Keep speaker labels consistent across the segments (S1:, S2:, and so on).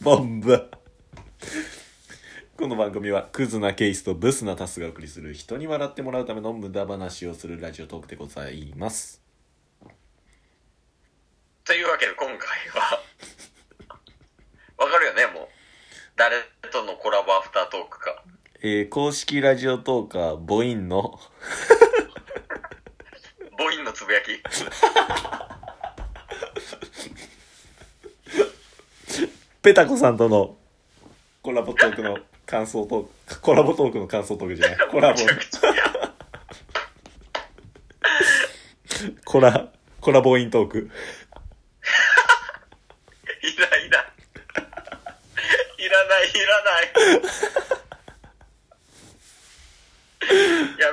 S1: ボンバこの番組はクズなケースとブスなタスがお送りする人に笑ってもらうための無駄話をするラジオトークでございます
S2: というわけで今回はわかるよねもう誰とのコラボアフタートークか
S1: えー公式ラジオトーカーボインの
S2: ボインのつぶやき
S1: ペタコさんとのコラボトークの感想トークコラボトークの感想トークじゃないコラボ
S2: めちゃくちゃ
S1: コラコラボイントーク
S2: いらいらいらないいらないや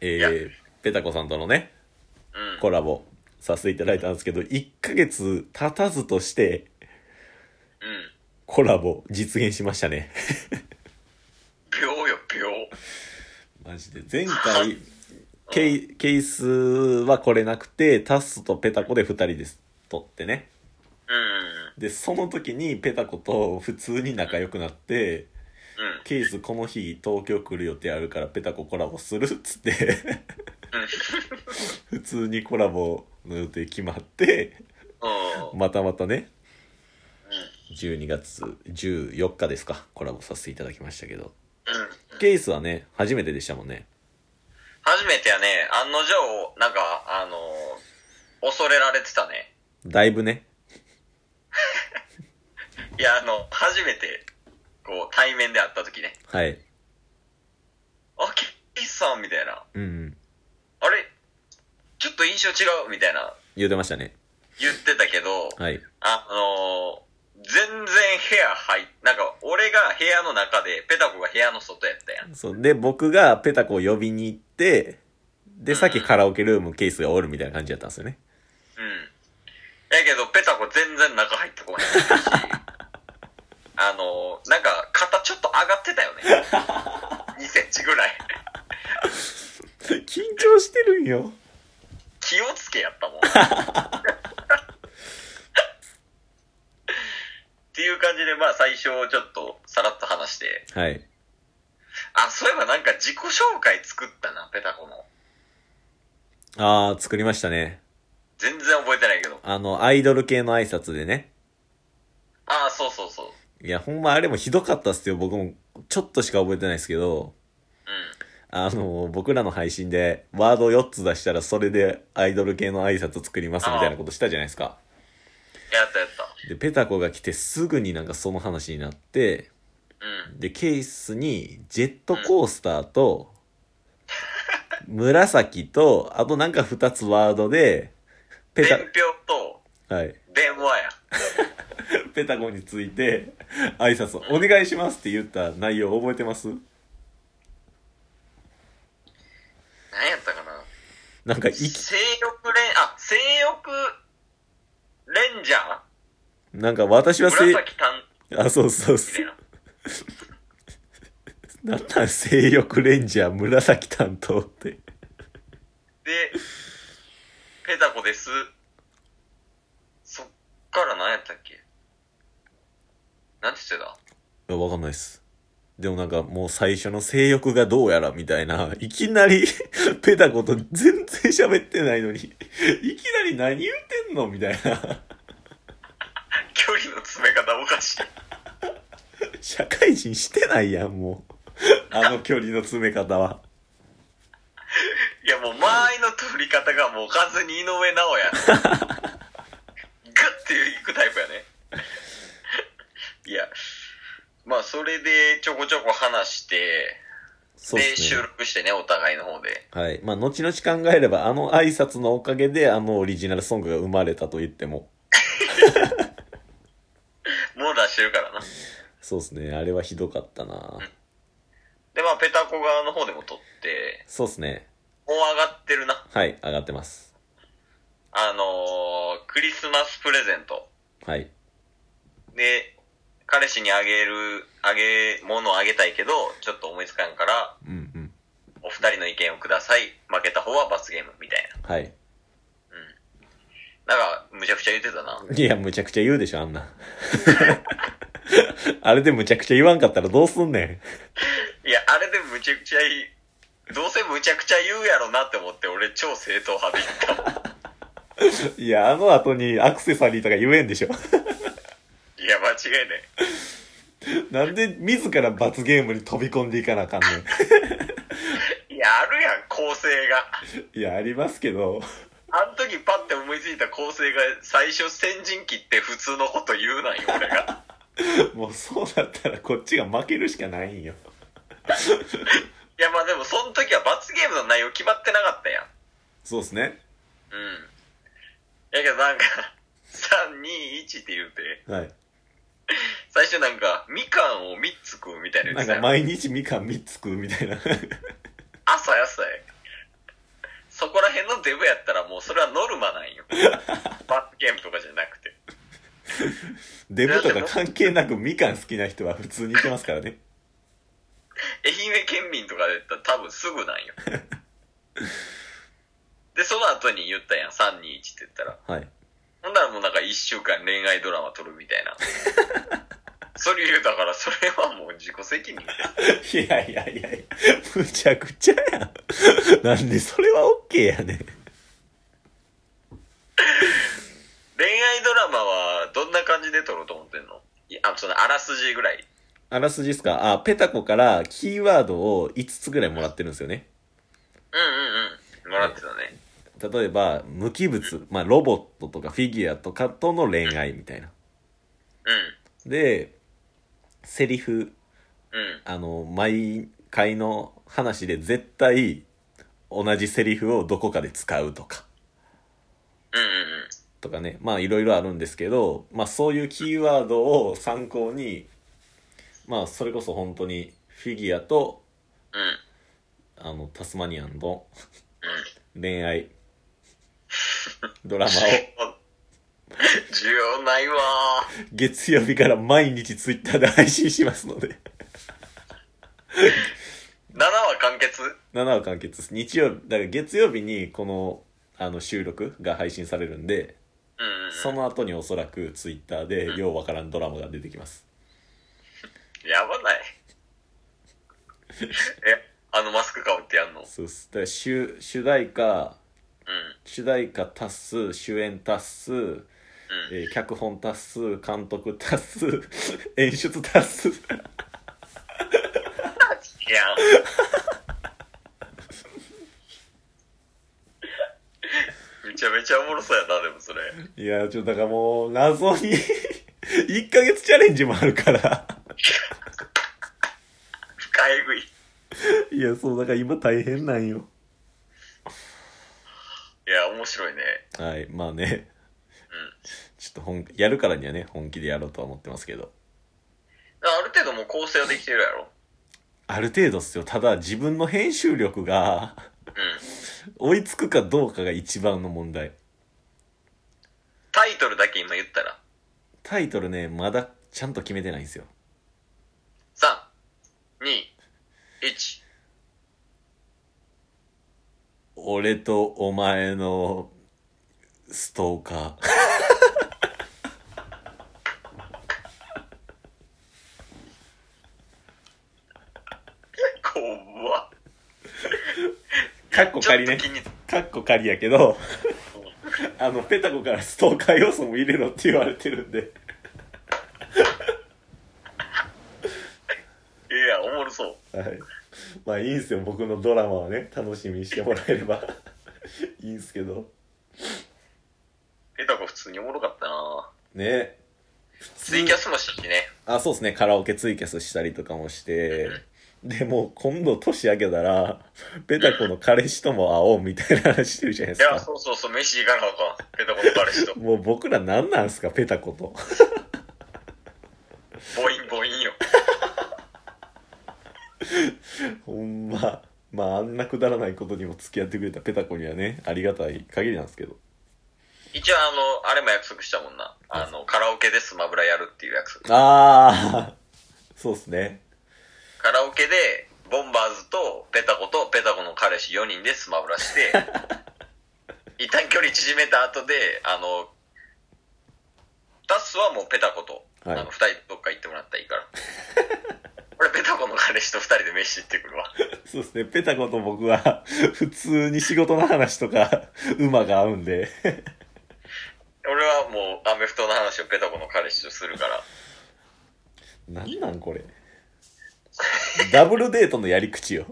S2: め
S1: え
S2: いや
S1: ー、ペタコさんとのね
S2: うん
S1: コラボさせていただいたんですけど1ヶ月経たずとして
S2: うん
S1: コラボ実現しましたね
S2: 秒よ秒
S1: マジで前回ケイケースは来れなくてタスとペタコで2人で撮ってね
S2: うん
S1: でその時にペタコと普通に仲良くなって
S2: うん
S1: ケースこの日東京来る予定あるからペタココラボするっつって普通にコラボの予定決まって
S2: うんうん
S1: またまたね12月14日ですかコラボさせていただきましたけど
S2: うん
S1: ケースはね初めてでしたもんね
S2: 初めてやね案の定なんかあの恐れられてたね
S1: だいぶね
S2: いやあの初めてこう対面で会った時ね
S1: はい
S2: あケイスさんみたいな
S1: うんうん
S2: あれちょっと印象違うみたいな
S1: 言うてましたね
S2: 言ってたけど、
S1: はい
S2: あのー全然部屋入っなんか俺が部屋の中でペタコが部屋の外やったやん
S1: そうで僕がペタコを呼びに行ってでさっきカラオケルームケースがおるみたいな感じだったんですよね
S2: うんやけどペタコ全然中入ってこないし あのーなんか肩ちょっと上がってたよね 2センチぐらい
S1: 緊張してるんよ
S2: 気をつけやったも ん。っていう感じで、まあ最初ちょっとさらっと話して、
S1: はい
S2: あ、そういえばなんか自己紹介作ったな、ペタコの。
S1: ああ作りましたね
S2: 全然覚えてないけど。
S1: あのアイドル系の挨拶でね
S2: ああ、そうそうそう。うん。
S1: いやほんまあれもひどかったっすよ僕もちょっとしか覚えてないですけどあの僕らの配信でワード4つ出したらそれでアイドル系の挨拶作りますみたいなことしたじゃないですか
S2: やったやった。
S1: でペタコが来てすぐになんかその話になって
S2: うん。
S1: でケースにジェットコースターと紫とあとなんか2つワードでペ
S2: 伝票と
S1: タ,、はい、
S2: 電話や。
S1: ペタコについて挨拶を「お願いします」って言った内容覚えてます
S2: 何やったかな。
S1: なんかいき
S2: 性欲レン、あ、性欲レンジャー
S1: なんか私はせい
S2: 紫担
S1: あそうそう
S2: み
S1: そ
S2: たいうな。
S1: なんなん性欲レンジャー紫担当って
S2: で、ペタコです。そっから何やったっけ何て言ってた
S1: いやわかんないっすでもなんかもう最初の性欲がどうやらみたいないきなり ペタコと全然喋ってないのにいきなり何言うてんのみたいな
S2: 距離の詰め方おかしい。
S1: 社会人してないやんもうあの距離の詰め方はい
S2: やもう間合いの取り方がもう完全に井上尚弥。 ガッていくタイプやね。いや、まあそれでちょこちょこ話して、
S1: そうっ
S2: で、
S1: す
S2: 収
S1: ね
S2: 録してね、お互いの方で。
S1: はいまあ後々考えればあの挨拶のおかげであのオリジナルソングが生まれたと言っても
S2: もう出してるからな。
S1: そうっすねあれはひどかったな
S2: で、まあペタコ側の方でも撮って、
S1: そうっすね
S2: もう上がってるな。
S1: はい上がってます
S2: あのークリスマスプレゼント。
S1: はい
S2: で、彼氏にあげる、あげ、ものをあげたいけど、ちょっと思いつかんから、
S1: うんうん
S2: お二人の意見をください。負けた方は罰ゲーム、みたい
S1: はい
S2: な。なんか、むちゃくちゃ言ってたな。
S1: いや、むちゃくちゃ言うでしょ、あんな。 あれでむちゃくちゃ言わんかったらどうすんね
S2: いや、あれでむちゃくちゃいい。どうせむちゃくちゃ言うやろなって思って、俺超正統派で言ったもん。
S1: ん。いや、あの後にアクセサリーとか言えんでしょ。
S2: いや、間違いない。
S1: なんで自ら罰ゲームに飛び込んでいかなあかん ね
S2: いや、あるやん、構成が。
S1: ん。いや、ありますけど。
S2: あの時パッて思いついた構成が最初先陣切って普通のこと言うなんよ、俺が。
S1: もうそうだったらこっちが負けるしかないんよ。
S2: いや、まあでもその時は罰ゲームの内容決まってなかったやん。
S1: そうですね。
S2: うん。やけどなんか、3、2、1って言うて、
S1: はい。
S2: 最初なんか、みかんを3つ食うみたいなや
S1: なん
S2: つや
S1: か
S2: ん
S1: 毎日みかん3つ食うみたいな。
S2: 朝野菜。そこら辺のデブやったらもうそれはノルマ なんよ。罰ゲームとかじゃなくて。
S1: デブとか関係なくみかん好きな人は普通にいてますからね。
S2: 愛媛県民とかだったら多分すぐ なんよ。で、その後に言ったやん、3、2、1って言ったら。
S1: はい。
S2: ほんならもうなんか1週間恋愛ドラマ撮るみたい な。それ言うだから、それはもう自己責任です。
S1: いやいやいやいや、むちゃくちゃやん。 なんでそれはオッケーやねん。
S2: 恋愛ドラマはどんな感じで撮ろうと思ってんのいやあそのあらすじぐらい。
S1: あらすじですかあ、ペタコからキーワードを5つぐらいもらってるんですよね。
S2: うんうんうん。もらってたね。
S1: 例えば、無機物、まあロボットとかフィギュアとかとの恋愛みたいな。
S2: う
S1: で、セリフ、
S2: ん。うん。
S1: あの、毎回の話で絶対同じセリフをどこかで使うとか、
S2: うんうんうん。
S1: とかね。まあいろいろあるんですけど、まあそういうキーワードを参考に、まあそれこそ本当にフィギュアと、
S2: うん。
S1: あの、タスマニアンの
S2: うん。
S1: 恋愛、ドラマを
S2: 需要ないわー
S1: 月曜日から毎日ツイッターで配信しますので、
S2: 7話完結
S1: 7話完結です。日曜日、だから月曜日にこの、あの、収録が配信されるんで、
S2: うんうんうん
S1: その後におそらくツイッターでようわからんドラマが出てきます。
S2: やば ないえあのマスク顔ってやんのうん
S1: そうっす。だから主、主題歌、主題歌足す、主演足す、
S2: うん
S1: えー脚本足す、監督足す、演出足す。
S2: いやんめちゃめちゃおもろそうやなでもそれ
S1: いや、ちょっとだからもう、謎に、1ヶ月チャレンジもあるから。
S2: 深い食い
S1: いや、そう、だから今大変なんよ。
S2: いや面白いね
S1: はい、まあね。ちょっと本、やるからにはね、本気でやろうとは思ってますけど。
S2: ある程度もう構成はできてるやろ
S1: ある程度っすよ。ただ、自分の編集力が、
S2: うん
S1: 追いつくかどうかが一番の問題。
S2: タイトルだけ今言ったら
S1: タイトルね、まだちゃんと決めてないんですよ。
S2: 321
S1: 俺とお前の、ストーカー。
S2: こわ
S1: かっこ
S2: ちょ
S1: 仮
S2: っと
S1: ね。
S2: 気に
S1: かっこ仮やけど、 あの、ペタコからストーカー要素も入れろって言われてるんで。
S2: いやおもろそう
S1: はい。まあいいんすよ、僕のドラマはね、楽しみにしてもらえれば いいんすけど。
S2: ペタコ普通におもろかったな
S1: ね。
S2: ツイキャスもしたしね。
S1: あ、そうですね、カラオケツイキャスしたりとかもして、でもう今度年明けたら、ペタコの彼氏とも会おうみたいな話してるじゃない
S2: い
S1: です
S2: や、
S1: か。
S2: そうそうそう、飯行かなあかん。ペタコの彼氏と。
S1: もう僕ら何なんすか、ペタコと。
S2: ボインボインよ。
S1: ほんま、まああんなくだらないことにも付き合ってくれたペタコにはね、ありがたい限りなんですけど。
S2: 一応、あの、あれも約束したもんな。あの、カラオケでスマブラやるっていう約束。
S1: ああ、そうですね。
S2: カラオケで、ボンバーズとペタコとペタコの彼氏4人でスマブラして、一旦距離縮めた後で、あの、ダスはもうペタコと、
S1: はい
S2: あの、二人どっか行ってもらったらいいから。 俺、ペタコの彼氏と二人で飯行ってくるわ。
S1: そうですね、ペタコと僕は普通に仕事の話とか馬が合うんで
S2: 俺はもう、アメフトの話をペタコの彼氏とするから。
S1: なんなんこれダブルデートのやり口よ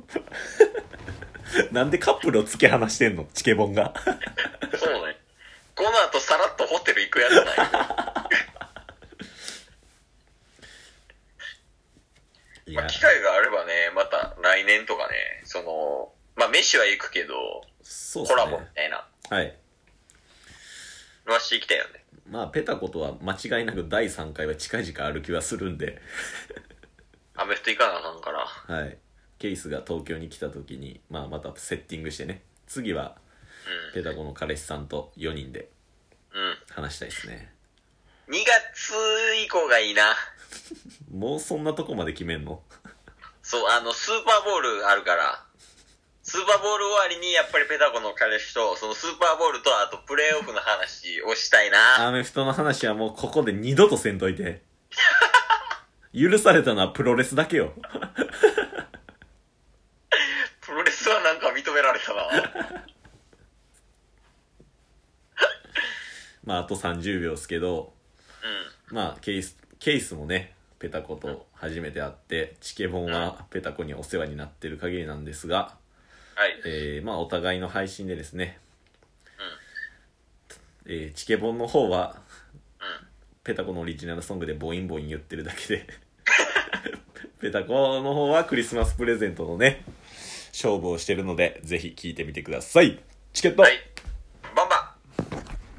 S1: なんでカップルを突き放してんのチケボンが
S2: そうね。この後さらっとホテル行くやつない。
S1: い
S2: まあ、
S1: や
S2: 機会があればね、また来年とかね、その、まあ、飯は行くけど、
S1: そうっ
S2: コ
S1: す
S2: ラボみ
S1: ね
S2: たいな、
S1: はい
S2: のはしていきたいよね。
S1: まあペタコとは間違いなく第3回は近々ある気はするんで
S2: アメフト行かなあかんから。
S1: はいケイスが東京に来た時に、まあ、またセッティングしてね次はペタコの彼氏さんと4人で
S2: うん。うん。
S1: 話したいですね
S2: 2月以降がいいな。
S1: もうそんなとこまで決めんの
S2: そう、あの、スーパーボールあるから、スーパーボール終わりにやっぱりペタコの彼氏と、そのスーパーボールと、あとプレーオフの話をしたいな。
S1: アメフトの話はもうここで二度とせんといて許されたのはプロレスだけよ
S2: プロレスはなんか認められたな。
S1: まああと30秒ですけどまあケイスケイスもねペタコと初めて会ってチケボンはペタコにお世話になってる限りなんですが、
S2: はい。
S1: えーまあお互いの配信でですね、えーチケボンの方はペタコのオリジナルソングでボインボイン言ってるだけで ペタコの方はクリスマスプレゼントのね勝負をしてるのでぜひ聴いてみてくださいチケット、
S2: はい。